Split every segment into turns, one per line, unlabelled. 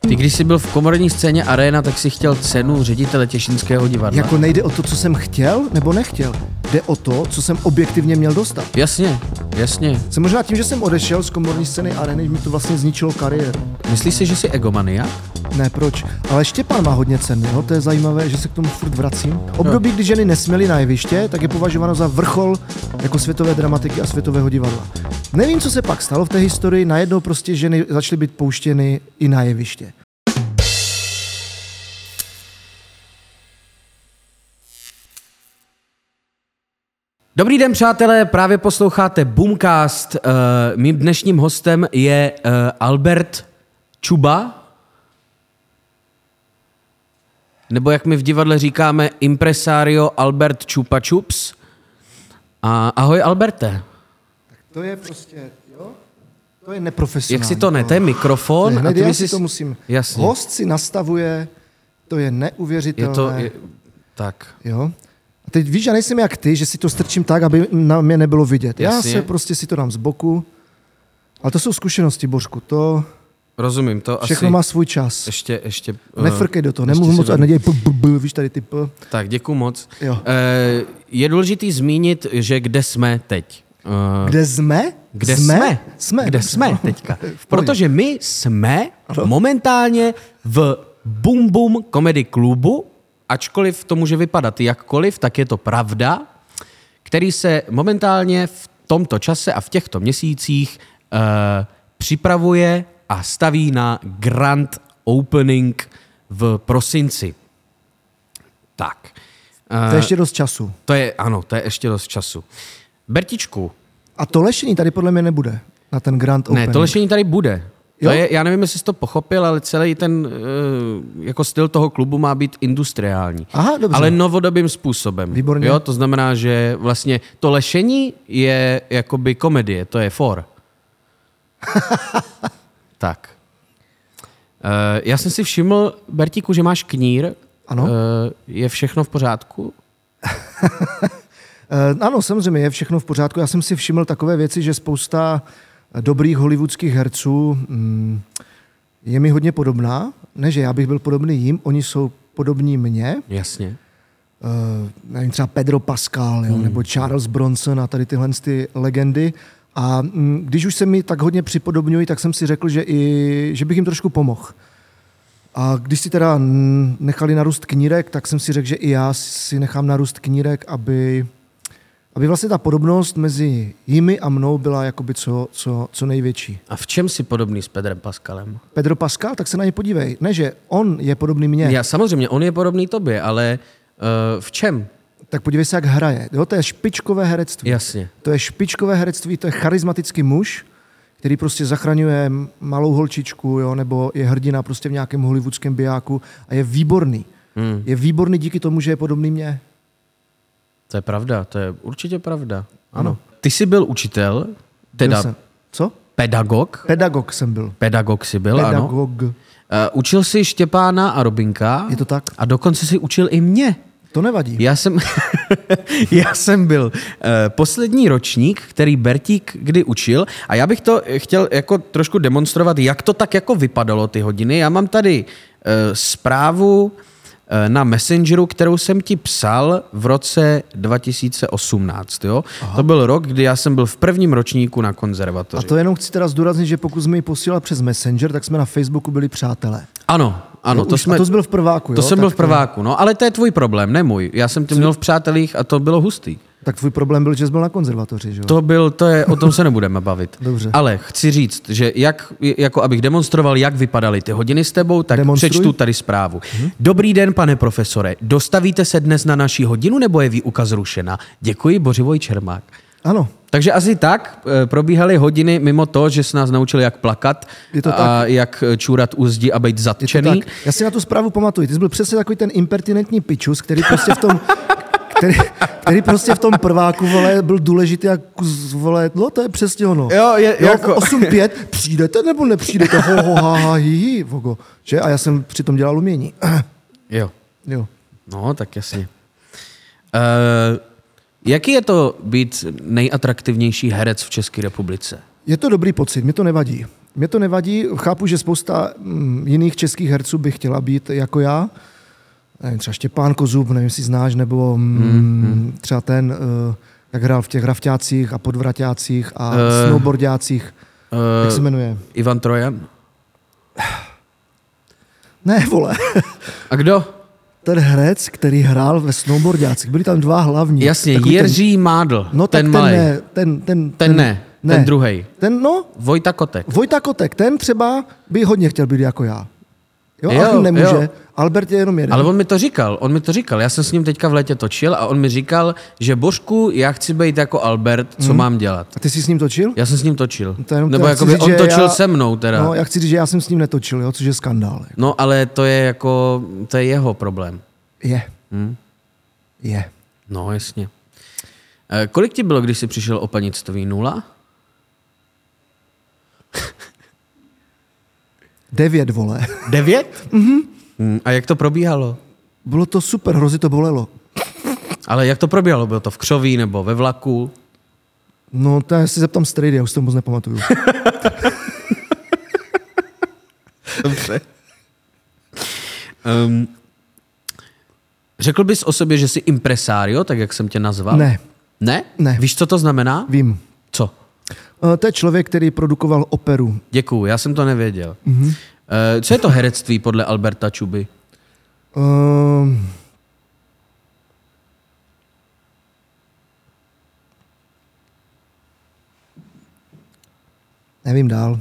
Ty když jsi byl v komorní scéně Arena, tak si chtěl cenu ředitele Těšinského divadla.
Jako nejde o to, co jsem chtěl nebo nechtěl. Jde o to, co jsem objektivně měl dostat.
Jasně, jasně.
Jsem možná tím, že jsem odešel z komorní scény areny, mi to vlastně zničilo kariéru.
Myslíš si, že jsi egomaniak?
Ne, proč? Ale Štěpán má hodně cen, jo? To je zajímavé, že se k tomu furt vracím. Období, kdy ženy nesměly na jeviště, tak je považováno za vrchol jako světové dramatiky a světového divadla. Nevím, co se pak stalo v té historii, najednou prostě ženy začaly být pouštěny i na jeviště.
Dobrý den, přátelé, právě posloucháte Boomcast. Eh, Mým dnešním hostem je eh, Albert Čuba, nebo jak my v divadle říkáme, impresario Albert Čupa Čups. A, ahoj, Alberte.
To je prostě, jo? To je neprofesionální.
Jak si to ne? To je
To
mikrofon.
je hned,
a ty
já
bys
si
jsi-
to musím.
Jasně.
Host si nastavuje, to je
je
neuvěřitelné.
to... Je, tak.
Jo? A teď víš, já nejsem jak ty, že si to strčím tak, aby na mě nebylo vidět. Já
Jasně.
se prostě si to dám z boku. Ale to jsou zkušenosti, Božku. To
Rozumím, to
všechno
asi...
má svůj čas.
Ještě, ještě... eh,
Nefrkej do toho,
ještě
nemluv
si
moc a
vem-
nedělej p, p, p, víš tady ty p.
Tak, děkuji moc.
Jo.
Eh, Je důležitý zmínit, že kde jsme teď. Eh,
Kde jsme?
Kde jsme?
Jsme.
Kde jsme teďka?
V pohodě.
Protože my jsme momentálně v Boom Boom Comedy klubu, ačkoliv to může vypadat jakkoliv, tak je to pravda, který se momentálně v tomto čase a v těchto měsících uh, připravuje a staví na grand opening v prosinci. Tak. Eh,
To je ještě dost času.
To je, ano, to je ještě dost času. Bertičku,
A to lešení tady podle mě nebude na ten Grand Open.
Ne, to lešení tady bude. To
Jo?
je, já nevím, jestli jsi to pochopil, ale celý ten eh, jako styl toho klubu má být industriální.
Aha, dobře.
Ale novodobým způsobem.
Výborně.
Jo, to znamená, že vlastně to lešení je jakoby komedie, to je for. tak. Eh, já jsem si všiml, Bertíku, že máš knír.
Ano.
Eh, je všechno v pořádku?
Eh, Ano, samozřejmě, je všechno v pořádku. Já jsem si všiml takové věci, že spousta dobrých hollywoodských herců mm, je mi hodně podobná. Ne, že já bych byl podobný jim, oni jsou podobní mně.
Jasně.
Eh, Nevím, třeba Pedro Pascal, jo, nebo Charles Bronson a tady tyhle ty legendy. A mm, když už se mi tak hodně připodobňují, tak jsem si řekl, že, i, že bych jim trošku pomohl. A když si teda mm, nechali narůst knírek, tak jsem si řekl, že i já si nechám narůst knírek, aby, aby vlastně ta podobnost mezi jimi a mnou byla jakoby co, co, co největší.
A v čem jsi podobný s Pedrem Pascalem?
Pedro Pascal, tak se na ně podívej. Ne, že on je podobný mně,
Já samozřejmě, on je podobný tobě, ale eh, v čem?
tak podívej se, jak hraje. Jo, to je špičkové herectví.
Jasně.
To je špičkové herectví, to je charismatický muž, který prostě zachraňuje malou holčičku, jo, nebo je hrdina prostě v nějakém hollywoodském bijáku a je výborný. Hmm. Je výborný díky tomu, že je podobný mně.
To je pravda, to je určitě pravda. Ano. Ty jsi byl učitel, teda
Byl jsem. Co?
pedagog.
Pedagog jsem byl.
Pedagog jsi byl, No, ano.
Pedagog. Ano.
Uh, učil jsi Štěpána a Robinka.
Je to tak?
A dokonce si učil i mě.
To nevadí.
Já jsem, já jsem byl uh, poslední ročník, který Bertík kdy učil a já bych to chtěl jako trošku demonstrovat, jak to tak jako vypadalo ty hodiny. Já mám tady uh, zprávu eh, na Messengeru, kterou jsem ti psal v roce 2018. Jo? To byl rok, kdy já jsem byl v prvním ročníku na
A
konzervatoři.
to jenom chci teda zdůraznit, že pokud jsme ji posílal přes Messenger, tak jsme na Facebooku byli přátelé.
Ano, ano,
Jo,
No, to
už-
jsme...
A to jsi byl v prváku,
to
jo?
jsem
tak,
byl v prváku, no, ale to je tvůj problém, ne můj. Já jsem tě měl v přátelích a to bylo hustý.
Tak tvůj problém byl, že jsi byl na konzervatoři, že jo?
To byl, to je, o tom se nebudeme bavit.
Dobře.
Ale chci říct, že jak, jako abych demonstroval, jak vypadaly ty hodiny s tebou, tak
Demonstruj. Mhm.
přečtu tady zprávu. Dobrý den, pane profesore. Dostavíte se dnes na naší hodinu, nebo je výuka zrušena? Děkuji, Bořivoj Čermák.
Ano.
Takže asi tak eh, probíhaly hodiny mimo to, že se nás naučili, jak plakat
Je to
a jak eh, čůrat úzdi a být
Je to
zatčený.
tak. Já si na tu zprávu pamatuju. Ty jsi byl přesně takový ten impertinentní pičus, který prostě v tom... Který, který, prostě v tom prváku, vole, byl důležitý jak kus, vole, no to je přesně ono.
Jo, je-
jo
jako-
8-5, přijdete nebo nepřijdete, ho, ho, ha, ha, hi, hi, vogo. Že? A já jsem přitom dělal umění.
Jo.
Jo.
No, tak jasně. Uh, jaký je to být nejatraktivnější herec v České republice?
Je to dobrý pocit, mi to nevadí. Mě to nevadí, chápu, že spousta mm, jiných českých herců by chtěla být jako já. Nevím, třeba Štěpán Kozub, nevím, jestli znáš, nebo mm,
Mhm.
třeba ten, uh, jak hrál v těch rafťácích a podvraťácích a uh,
Eh.
snowboardácích. Uh, jak se
Uh,
jmenuje?
Ivan Trojan.
Ne, vole.
A kdo?
ten herec, který hrál ve snowboardácích, byli tam dva hlavní.
Jasně,
Takový ten-
Jiří ten... Mádl,
No
ten
tak
malý.
ten ne, ten, ten,
Ten ne, ten druhej.
Ten, no,
Vojta Kotek.
Vojta Kotek, ten třeba by hodně chtěl být jako já. Jo,
Jo,
jo ale nemůže.
jo.
Jo. Albert je jenom jeden.
Ale on mi to říkal, on mi to říkal. Já jsem s ním teďka v létě točil a on mi říkal, že Božku, já chci být jako Albert, co hmm. mám dělat.
A ty jsi s ním točil?
Já jsem s ním točil.
Mhm. To jenom-
Nebo
já chci
jakoby
říct,
on
že
točil já... se mnou teda.
No,
No,
já chci říct, že já jsem s ním netočil, jo, což je skandál.
no ale to je jako, to je jeho problém.
Je.
Hmm.
Je.
No jasně. E, kolik ti bylo, když jsi přišel o panictví? Nula?
Devět, vole.
Devět? Mhm. A jak to probíhalo?
Bylo to super, hrozně to bolelo.
Ale jak to probíhalo? Bylo to v křoví nebo ve vlaku?
No, to já si zeptám strejdy, já už si to moc nepamatuju.
Dobře. Um, řekl bys o sobě, že jsi impresario, tak jak jsem tě nazval?
Ne.
Ne?
Ne.
Víš, co to znamená?
Vím.
Co?
Eh, To je člověk, který produkoval operu.
Děkuju, já jsem to nevěděl.
Mhm.
Mm-hmm. Uh, co je to herectví podle Alberta Čuby?
Ehm, Nevím dál.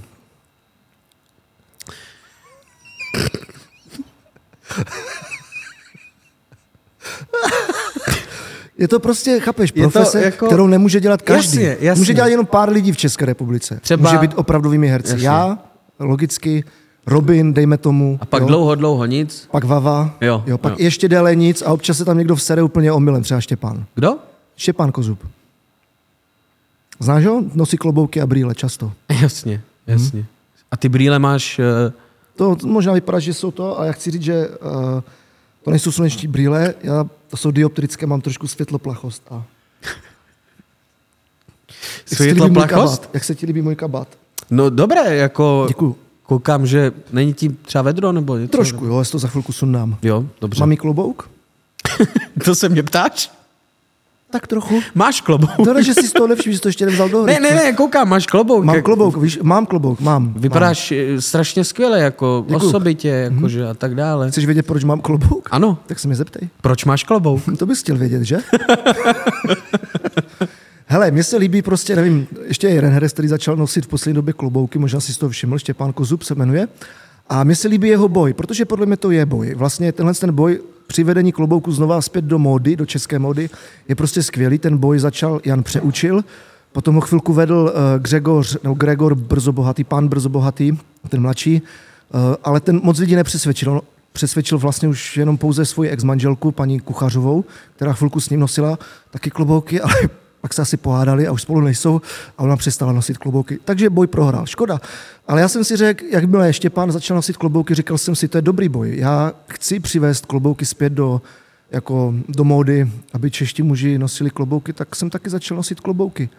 Je to prostě, chápeš,
Je to
profese,
jako-
jako... kterou nemůže dělat každý.
Jasně, jasně.
Může dělat jenom pár lidí v České republice.
Třeba-
Může být opravdovými herci.
Jasně.
Já, logicky, Robin, dejme tomu.
A pak
jo.
dlouho, dlouho nic.
Pak Vava,
Jo,
jo pak
jo.
jo. ještě déle nic a občas se tam někdo vsede úplně omylem, třeba Štěpán.
Kdo?
Štěpán Kozub. Znáš ho? Nosí klobouky a brýle často.
Jasně,
Mhm.
jasně. Mm-hmm. A ty brýle máš... Uh,
To možná vypadá, že jsou to, ale já chci říct, že uh, to nejsou sluneční brýle, já, to jsou dioptrické, mám trošku světloplachost. A... Jak se ti líbí můj
světloplachost?
kabát? Jak se ti líbí můj kabát?
No dobré, jako...
Děkuju.
Koukám, že není ti třeba vedro nebo něco?
Trošku, jo, já si to za chvilku sundám.
Jo, dobře.
Mám i klobouk?
To se mě ptáš?
Tak trochu.
Máš klobouk?
No, ne, že jsi z toho nevšiml, že jsi to ještě nevzal do
Ne,
hry.
ne, ne, koukám, máš klobouk.
Mám
Jak-
klobouk, víš, mám klobouk, mám.
Vypadáš eh, strašně skvěle, jako Děkuju.
Děkuju.
osobitě, jakože a tak dále.
Mám. Chceš vědět, proč mám klobouk?
Ano,
Tak se mi zeptej.
proč máš klobouk?
To bys chtěl vědět, že? Hele, mně se líbí prostě, nevím, ještě jeden herec, který začal nosit v poslední době klobouky, možná si to všiml, Štěpán Kozub se jmenuje. A mně se líbí jeho boj, protože podle mě to je boj. Vlastně tenhle ten boj při vedení klobouku znova zpět do módy, do české módy, je prostě skvělý. Ten boj začal Jan Přeučil, potom ho chvilku vedl uh, Gregor, nebo Gregor Brzo Bohatý, pán Brzo Bohatý, ten mladší, uh, ale ten moc lidí nepřesvědčil. On přesvědčil vlastně už jenom pouze svoji ex-manželku, paní Kuchařovou, která chvilku s ním nosila taky klobouky, ale pak se asi pohádali a už spolu nejsou a ona přestala nosit klobouky. Takže boj prohrál. Škoda. Ale já jsem si řekl, jakmile Štěpán začal nosit klobouky, říkal jsem si, to je dobrý boj. Já chci přivést klobouky zpět do, jako, do módy, aby čeští muži nosili klobouky, tak jsem taky začal nosit klobouky.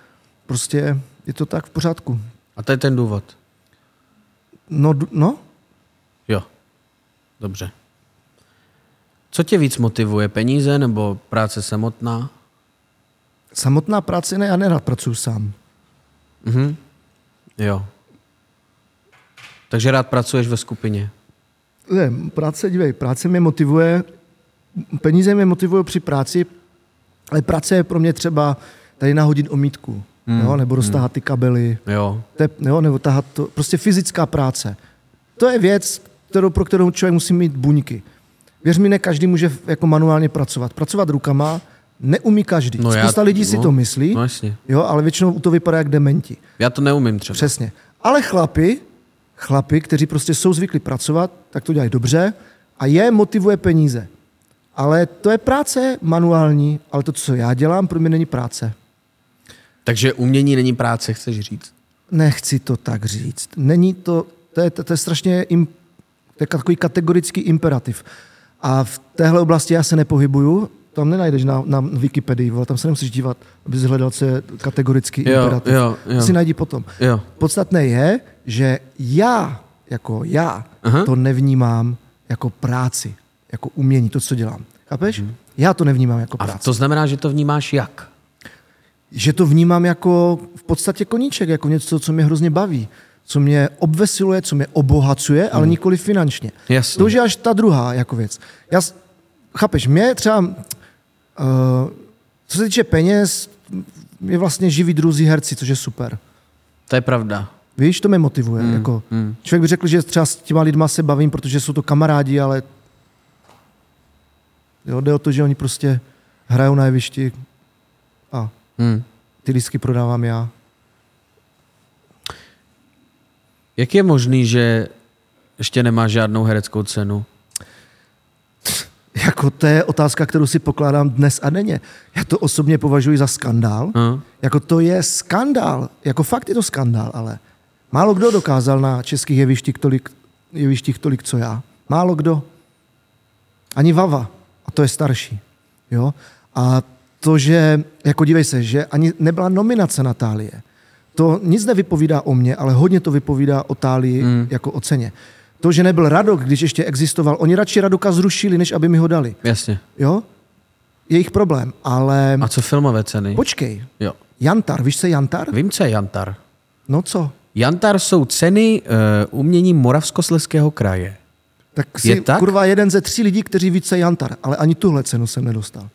Prostě je to tak v pořádku.
A to je ten důvod.
No, d- no,
Jo. Dobře. Co tě víc motivuje, peníze nebo práce samotná?
samotná práce ne, já nerad pracuji sám.
Mhm. Jo. Takže rád pracuješ ve skupině.
Ne, práce, dívej, práce mě motivuje, peníze mě motivují při práci, ale práce je pro mě třeba tady nahodit omítku,
Hmm.
mm. jo, nebo roztáhat ty kabely,
Jo.
tep, jo, nebo tahat to, prostě fyzická práce. To je věc, kterou, pro kterou člověk musí mít buňky. Věř mi, ne každý může jako manuálně pracovat. Pracovat rukama neumí každý.
No
No
já-
Spousta lidí si
no,
to myslí,
no jasně.
jo, ale většinou to vypadá jak dementi.
Já to neumím třeba.
Přesně. Ale chlapi, chlapi, kteří prostě jsou zvyklí pracovat, tak to dělají dobře a je motivuje peníze. Ale to je práce manuální, ale to, co já dělám, pro mě není práce.
Takže umění není práce, chceš říct.
Nechci to tak říct. Není to, to je, to je strašně im, to je takový kategorický imperativ. A v téhle oblasti já se nepohybuju, tam nenajdeš na, na Wikipedii, vole, tam se nemusíš dívat, aby hledal, co je kategorický
Jo,
imperativ.
jo, jo.
To Si najdi potom.
Jo.
Podstatné je, že já, jako já,
Aha.
Aha. to nevnímám jako práci, jako umění, to, co dělám. Chápeš? Hmm. Já to nevnímám jako
Mhm. A
práci.
to znamená, že to vnímáš jak?
Že to vnímám jako v podstatě koníček, jako něco, co mě hrozně baví, co mě obvesiluje, co mě obohacuje, hmm. ale nikoli finančně.
Mhm. Jasně.
To už je až ta druhá jako věc. Já, s- chápeš, mě třeba, uh, co se týče peněz, mě vlastně živí druzí herci, což je super.
To je pravda.
Víš, to mě motivuje. Mm, jako, mm. Člověk by řekl, že třeba s těma lidma se bavím, protože jsou to kamarádi, ale jo, jde o to, že oni prostě hrajou na jevišti a
Hmm.
ty disky prodávám já.
Jak je možný, že ještě nemáš žádnou hereckou cenu?
Jako to je otázka, kterou si pokládám dnes a denně. Já to osobně považuji za skandál.
Hm?
Jako to je skandál. Jako fakt je to skandál, ale málo kdo dokázal na českých jevištích tolik, jevištích tolik co já. Málo kdo. Ani Vava. A to je starší. Jo? A to, že, jako dívej se, že ani nebyla nominace Natálie. To nic nevypovídá o mně, ale hodně to vypovídá o Tálii
Hmm.
mm. jako o ceně. To, že nebyl Radok, když ještě existoval, oni radši Radoka zrušili, než aby mi ho dali.
Jasně.
Jo? Jejich problém, ale...
A co filmové ceny?
Počkej,
Jo.
Jantar, víš, co je Jantar?
Vím, co je Jantar.
No co?
Jantar jsou ceny uh, umění Moravskoslezského kraje.
Tak
Je
jsi
tak?
kurva jeden ze tří lidí, kteří ví, co je Jantar, ale ani tuhle cenu jsem nedostal.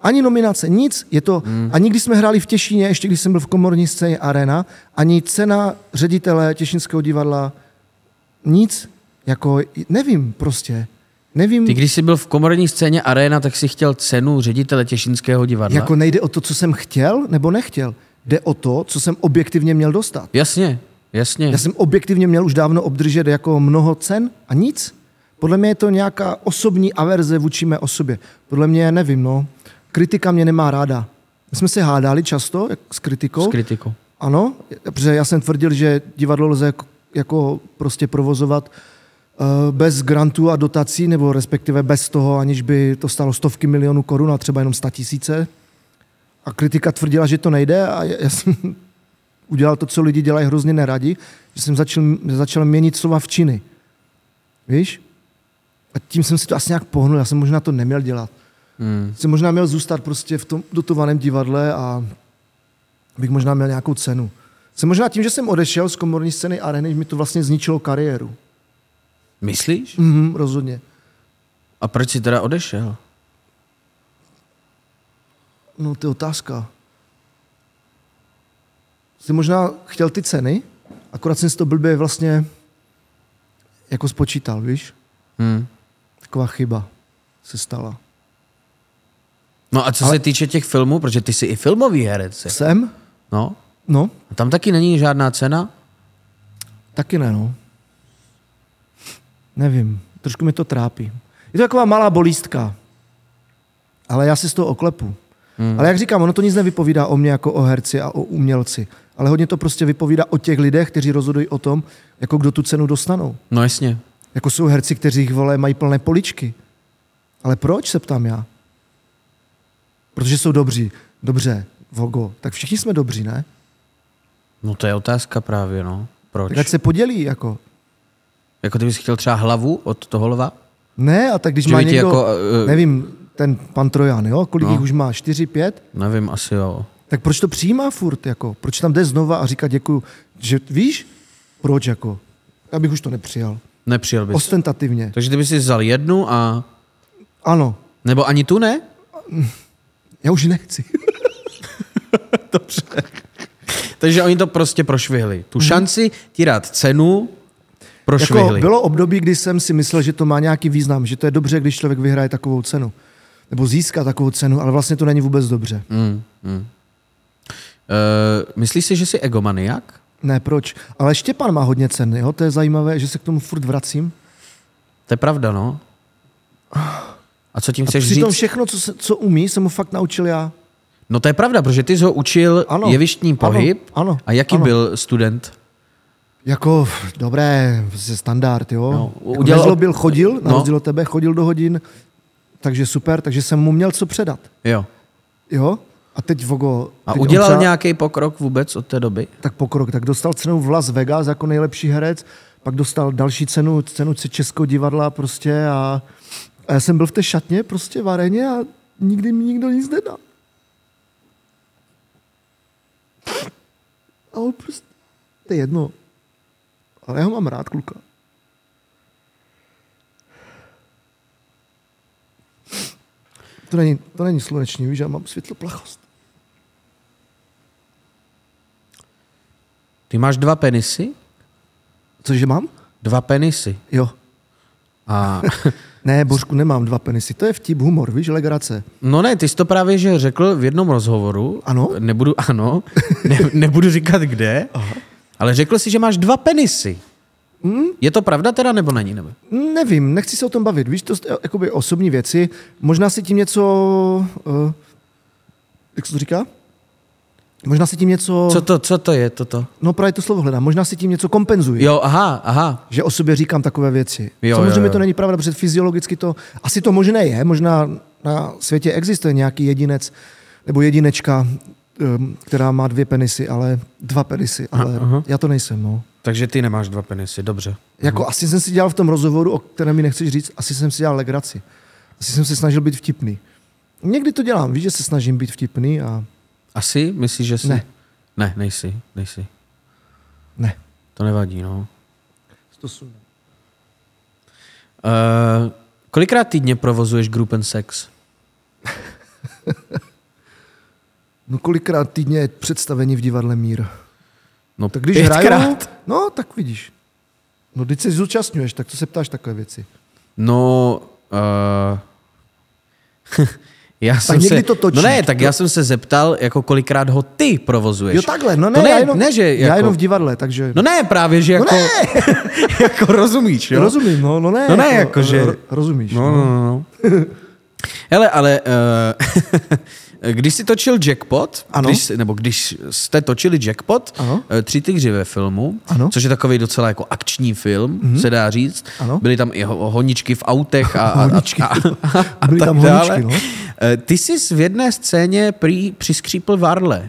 Ani nominace, nic. Je to, hmm. ani když jsme hráli v Těšíně, ještě když jsem byl v komorní scéně Arena, ani cena ředitele Těšínského divadla, nic. Jako, nevím prostě. Nevím,
Ty, když jsi byl v komorní scéně Arena, tak si chtěl cenu ředitele Těšínského divadla.
jako nejde o to, co jsem chtěl nebo nechtěl. Jde o to, co jsem objektivně měl dostat.
Jasně, jasně.
Já jsem objektivně měl už dávno obdržet jako mnoho cen a nic. Podle mě je to nějaká osobní averze vůči mé osobě. Podle mě, nevím, no. Kritika mě nemá ráda. My jsme se hádali často jak s kritikou.
S kritikou.
Ano, protože já jsem tvrdil, že divadlo lze jako, jako prostě provozovat eh, bez grantů a dotací, nebo respektive bez toho, aniž by to stalo stovky milionů korun a třeba jenom sta tisíce. A kritika tvrdila, že to nejde a já, já jsem udělal to, co lidi dělají hrozně neradi, že jsem začal, začal měnit slova v činy. Víš? A tím jsem si to asi nějak pohnul, já jsem možná to neměl dělat.
Hmm.
Jsem možná měl zůstat prostě v tom dotovaném divadle a bych možná měl nějakou cenu. Jsem možná tím, že jsem odešel z komorní scény areny, mi to vlastně zničilo kariéru.
Myslíš?
Mhm, rozhodně.
A proč jsi teda odešel?
No, to je otázka. Jsi možná chtěl ty ceny, akorát jsem si to blbě vlastně jako spočítal, víš?
Hmm.
Taková chyba se stala.
No a co Ale... se týče těch filmů, protože ty jsi i filmový herec. jsi.
Jsem?
No,
No,
a tam taky není žádná cena.
Taky ne, no. Nevím, trošku mi to trápí. Je to taková malá bolístka, ale já si z toho oklepu. Hmm. Ale jak říkám, ono to nic nevypovídá o mně jako o herci a o umělci, ale hodně to prostě vypovídá o těch lidech, kteří rozhodují o tom, jako kdo tu cenu dostanou.
No jasně.
Jako jsou herci, kteří jich vole mají plné poličky. Ale proč se ptám já? Protože jsou dobří. Dobře, Vogo, tak všichni jsme dobří, ne?
No to je otázka právě, no. Proč?
Tak ať se podělí, jako.
Jako ty bys chtěl třeba hlavu od toho lva?
Ne, a tak když
Že
má
by ti
někdo,
jako,
jako,
eh,
uh, nevím, ten pan Trojan, jo, kolik no. jich už má, čtyři, pět,
Nevím, asi jo.
tak proč to přijímá furt, jako, proč tam jde znova a říká děkuju, že víš, proč, jako, já bych už to nepřijal,
Nepřijel bys.
ostentativně,
Takže ty bys si vzal jednu a...
ano,
Nebo ani tu ne?
já už nechci,
Takže oni to prostě prošvihli. Tu šanci ti dát cenu
Mhm. jako
prošvihli.
bylo období, kdy jsem si myslel, že to má nějaký význam, že to je dobře, když člověk vyhraje takovou cenu, nebo získá takovou cenu, ale vlastně to není vůbec dobře.
Mm, mm. Uh, myslíš si, že jsi egomaniak?
Ne, proč? Ale Štěpán má hodně cen, jo? To je zajímavé, že se k tomu furt vracím.
To je pravda, no. A co tím
A
chceš
přitom
říct?
všechno, co, se, co umí, jsem mu fakt naučil já.
No to je pravda, protože ty jsi ho učil ano,
Ano,
jevištní
ano,
pohyb.
ano,
a jaký
ano.
byl student?
Jako, f- dobré, prostě standard, jo.
No,
No,
udělal-
udělal... Nezlobil, chodil, na
No.
rozdíl od tebe, chodil do hodin, takže super, takže jsem mu měl co předat,
Jo.
jo. A teď Vogo...
A
teď on
udělal nějaký pokrok vůbec od té doby?
tak pokrok, tak dostal cenu v Las Vegas jako nejlepší herec, pak dostal další cenu, cenu Českého divadla prostě a, a já jsem byl v té šatně prostě v aréně a nikdy mi nikdo nic nedal. A on prostě, to je jedno. Ale já ho mám rád, kluka. To není, to není sluneční, víš, já mám světloplachost.
Ty máš dva penisy?
Cože mám?
Dva penisy.
Jo.
A...
Ne, Božku, nemám dva penisy. To je vtip, humor, víš, legrace.
No ne, ty jsi to právě že řekl v jednom rozhovoru.
Ano.
Nebudu, ano, ne, nebudu říkat kde, Aha. ale řekl jsi, že máš dva penisy. Hmm? Je to pravda teda, nebo není? Nebo?
Nevím, nechci se o tom bavit. Víš, to jsou jakoby osobní věci. Možná se tím něco... Uh, jak se to říká? Možná se tím něco...
Co to, co to je toto?
No právě to slovo hledám. Možná se tím něco kompenzuji.
Jo, aha, aha.
Že o sobě říkám takové věci.
Jo,
Samozřejmě
jo, jo.
to není pravda, protože fyziologicky to... Asi to možné je. Možná na světě existuje nějaký jedinec nebo jedinečka, ehm, která má dvě penisy, ale dva penisy, ale aha. já to nejsem, no.
Takže ty nemáš dva penisy, dobře.
Jako
Mhm.
asi jsem si dělal v tom rozhovoru, o kterém mi nechceš říct, asi jsem si dělal legraci. Asi jsem se snažil být vtipný. Někdy to dělám, víš, že se snažím být vtipný a
Asi? Myslíš, že jsi?
Ne.
Ne, nejsi, nejsi.
ne.
To nevadí, no.
To jsou-
Uh, kolikrát týdně provozuješ Group Sex?
No kolikrát týdně je představení v divadle Mír?
No,
Tak když hraju, no tak vidíš. No když se zúčastňuješ, tak co se ptáš takové věci?
No, uh, já jsem
někdy
se,
to točíš.
No ne, tak já jsem se zeptal, jako kolikrát ho ty provozuješ.
Jo takhle, no ne,
to ne,
já jenom,
ne že jako,
já jenom v divadle, takže...
No ne, právě, že jako, jako rozumíš, jo?
Rozumím, no, no ne.
No ne, jakože-
ro- Rozumíš.
No, no, no. no. Hele, ale uh, když jsi točil Jackpot,
Ano.
Když, jsi- nebo když jste točili Jackpot,
Ano.
eh, Tři tygři ve filmu,
Ano. Mhm.
což je takový docela jako akční film, mm-hmm. se dá říct.
Ano.
Byly tam i ho- honičky v autech a, a,
Honičky.
a, a, a, a
Byly
tak
tam
dále.
honičky, no.
Eh, Ty jsi v jedné scéně prý přiskřípl varle.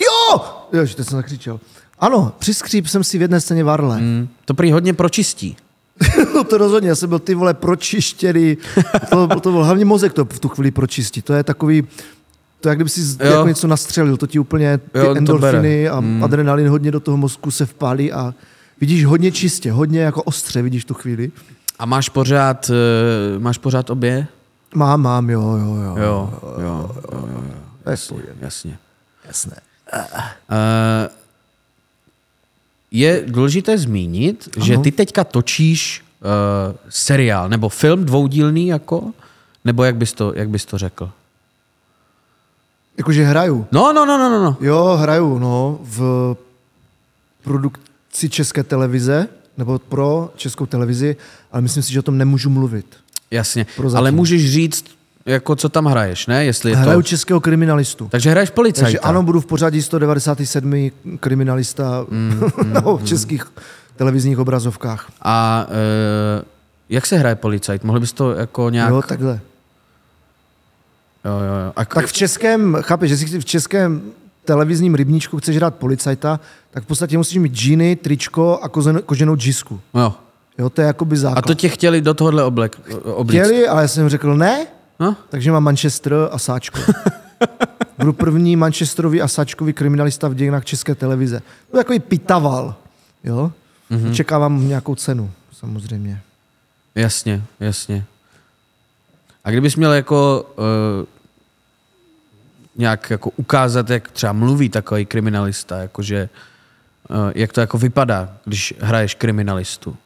Jo!
no.
Jo, že teď jsem zakřičel. Ano, při skříp jsem si v jedné scéně varle. Mm.
Hm, To prý hodně pročistí.
No to rozhodně, já jsem byl ty vole pročištěný. To, to byl hlavně mozek to v tu chvíli pročistí. To je takový, to jak kdyby si z-
Jo.
jako něco nastřelil, to ti úplně ty
Jo, on
jo,
to
endorfiny
bere. Hmm.
a mm. adrenalin hodně do toho mozku se vpálí a vidíš hodně čistě, hodně jako ostře vidíš tu chvíli.
A máš pořád, eh, máš pořád obě?
Mám, mám, jo, jo, jo. jo.
Jo, jo, jo, jo, jo, jo.
Jasně.
jasně.
Jasné.
Eh, je důležité zmínit, ano. že ty teďka točíš uh, seriál nebo film dvoudílný jako, nebo jak bys to, jak bys to řekl?
Jakože hraju.
No, no, no, no, no, no.
Jo, hraju, no, v produkci České televize, nebo pro Českou televizi, ale myslím si, že o tom nemůžu mluvit.
Jasně.
Prozatím.
Ale můžeš říct, jako co tam hraješ, ne? Jestli je
Hraju
to...
českého kriminalistu.
Takže hraješ policajta.
Takže ano, budu v pořadí 197. kriminalista
Mm,
no, v českých televizních obrazovkách.
A uh, jak se hraje policajt? Mohli bys to jako nějak...
Jo, takhle.
jo, jo, jo. A...
Tak v českém, chápeš, že si v českém televizním rybníčku chceš hrát policajta, tak v podstatě musíš mít džíny, tričko a kozen- koženou džisku.
jo.
Jo, to je jakoby základ.
A to tě chtěli do tohohle oblek, oblíc.
Chtěli, ale já jsem řekl ne,
No?
takže mám Manchester a sáčko. Budu první Manchesterový a sáčkový kriminalista v dějinách české televize. To takový pitaval, jo?
Mhm.
Mm-hmm. Očekávám nějakou cenu, samozřejmě.
Jasně, jasně. A kdybys měl jako uh, nějak jako ukázat, jak třeba mluví takový kriminalista, jakože uh, jak to jako vypadá, když hraješ kriminalistu.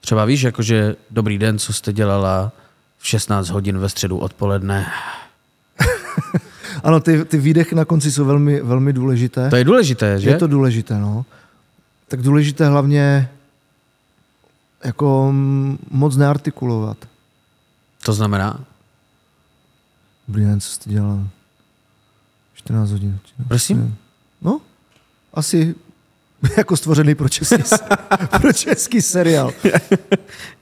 Třeba víš, jakože dobrý den, co jste dělala v 16 hodin ve středu odpoledne.
Ano, ty, ty výdechy na konci jsou velmi, velmi důležité.
To je důležité, že?
Je to důležité, no. Tak důležité hlavně jako mm, moc neartikulovat.
to znamená?
Dobrý den, co jste dělal? 14 hodin.
Prosím?
No, asi jako stvořený pro český, s- pro český seriál.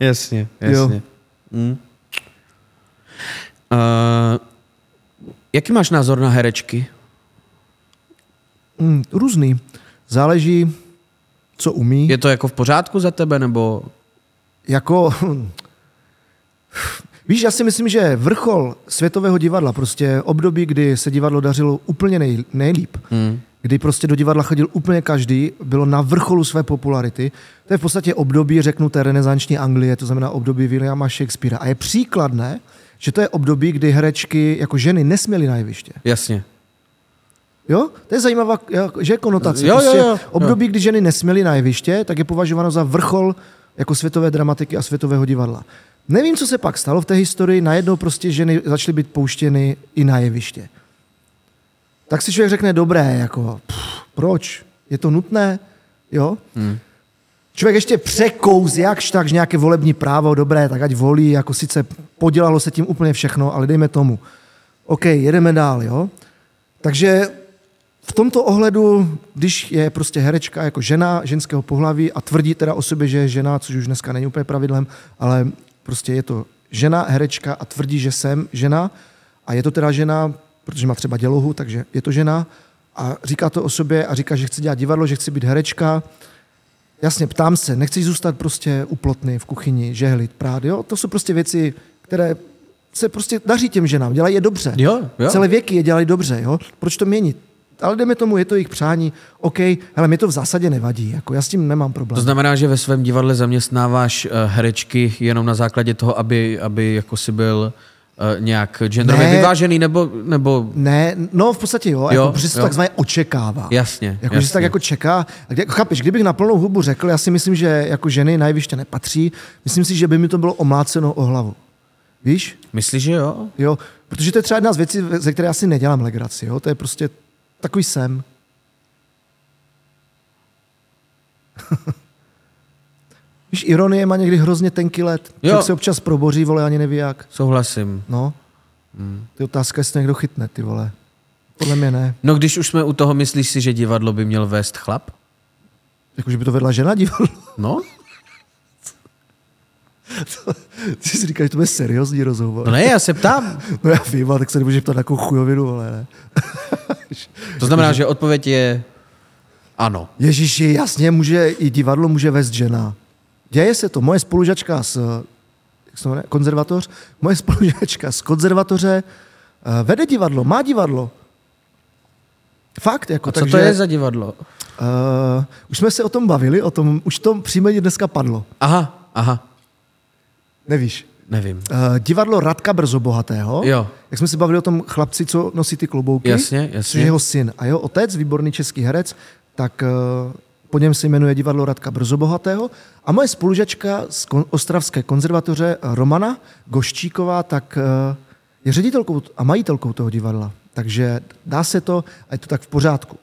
Jasně,
Jo.
jasně. Mm. Uh, Jaký máš názor na herečky?
Mm, různý. Záleží, co umí.
Je to jako v pořádku za tebe, nebo...
Jako... Víš, já si myslím, že vrchol světového divadla, prostě období, kdy se divadlo dařilo úplně nej, nejlíp,
Hmm.
kdy prostě do divadla chodil úplně každý, bylo na vrcholu své popularity. To je v podstatě období, řeknu, té renesanční Anglie, to znamená období Williama Shakespearea. A je příkladné, že to je období, kdy herečky jako ženy nesměly na jeviště.
Jasně.
Jo? To je zajímavá, jak- že je konotace.
Jo, jo,
prostě
jo.
Období, kdy ženy nesměly na jeviště, tak je považováno za vrchol jako světové dramatiky a světového divadla. Nevím, co se pak stalo v té historii, najednou prostě ženy začaly být pouštěny i na jeviště. Tak si člověk řekne, dobré, jako, pff, proč? Je to nutné? Jo? Hmm. Člověk ještě překouz, jakž tak, že nějaké volební právo, dobré, tak ať volí, jako sice podělalo se tím úplně všechno, ale dejme tomu. OK, jedeme dál, jo? Takže v tomto ohledu, když je prostě herečka jako žena ženského pohlaví a tvrdí teda o sobě, že je žena, což už dneska není úplně pravidlem, ale prostě je to žena, herečka a tvrdí, že jsem žena a je to teda žena, protože má třeba dělohu, takže je to žena a říká to o sobě a říká, že chce dělat divadlo, že chce být herečka, Jasně, ptám se, nechci zůstat prostě u plotny v kuchyni, žehlit, prát, jo? To jsou prostě věci, které se prostě daří těm ženám, dělají je dobře.
Jo, jo.
Celé věky je dělají dobře, jo? Proč to měnit? Ale jdeme tomu, je to jejich přání, OK, hele, mě to v zásadě nevadí, jako já s tím nemám
To
problém.
znamená, že ve svém divadle zaměstnáváš eh, herečky jenom na základě toho, aby, aby jako si byl eh, nějak genderově
Ne.
vyvážený, nebo, nebo...
Ne, no v podstatě jo,
Jo,
jako, protože se
jo.
to takzvaně očekává.
Jasně,
Jako, že se
jasně.
tak jako čeká. A Kde, chápeš, kdybych na plnou hubu řekl, já si myslím, že jako ženy na jeviště nepatří, myslím si, že by mi to bylo omláceno o hlavu. Víš?
Myslíš, že jo?
Jo, protože to je třeba jedna z věcí, ve- ze které já si nedělám legraci, jo? To je prostě takový jsem. Víš, ironie má někdy hrozně tenký let.
Jo.
Člověk se občas proboří, vole, ani neví jak.
Souhlasím.
No.
Hmm.
Ty otázka, jestli to někdo chytne, ty vole. Podle mě ne.
No když už jsme u toho, myslíš si, že divadlo by měl vést chlap?
Jakože Jako, by to vedla žena divadlo.
No?
Ty si říkáš, že to bude seriózní rozhovor.
No ne, já se ptám.
No já vím, ale tak se nemůžeš ptát na takovou chujovinu, vole, ne?
To znamená, že odpověď je ano.
Ježíši, jasně, může, i divadlo může vést žena. Děje se to. Moje spolužačka z jak se to jmenuje, konzervatoř, moje spolužačka z konzervatoře eh, vede divadlo, má divadlo. Fakt, jako
A co
takže,
to je za divadlo?
Uh, už jsme se o tom bavili, o tom, už to příjmení dneska padlo.
Aha, aha,
Nevíš.
nevím.
Uh, divadlo Radka Brzobohatého.
Jo.
Jak jsme se bavili o tom chlapci, co nosí ty klobouky.
Jasně, jasně.
Což je jeho syn. A jeho otec, výborný český herec, tak uh, po něm se jmenuje divadlo Radka Brzobohatého. A moje spolužačka z kon- Ostravské konzervatoře eh, Romana Goščíková, tak uh, je ředitelkou t- a majitelkou toho divadla. Takže dá se to a je to tak v pořádku.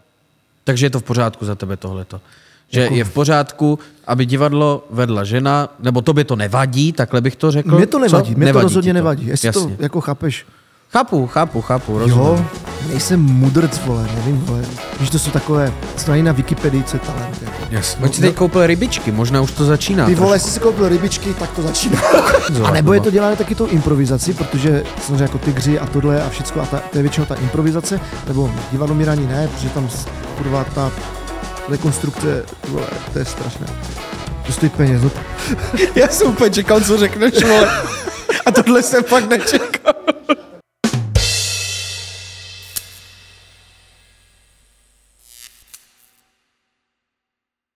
Takže je to v pořádku za tebe tohleto. Že
Jako-
je v pořádku, aby divadlo vedla žena, nebo tobě to nevadí, takhle bych to řekl.
Mně to
Co?
nevadí, mně to
ti
rozhodně nevadí. Jestli
Jasně.
to jako chápeš,
Chápu, chápu, chápu, rozumím.
Jo, nejsem mudrc, vole, nevím, vole. Víš, to jsou takové, co na Wikipedii, co je talent. Jako.
Jasně. Proč jsi teď koupil rybičky, možná už to začíná.
Ty vole,
trošku.
jestli si koupil rybičky, tak to začíná.
Zová
A nebo je to
doba.
dělané taky tou improvizací, protože samozřejmě jako tygři a tohle a všecko, a ta, to je většinou ta improvizace, nebo divadlo Mirani ne, protože tam s- kurva ta rekonstrukce, vole, to je strašné. To stojí peněz. no.
Já jsem úplně čekal, co řekneš, vole. A tohle jsem fakt nečekal.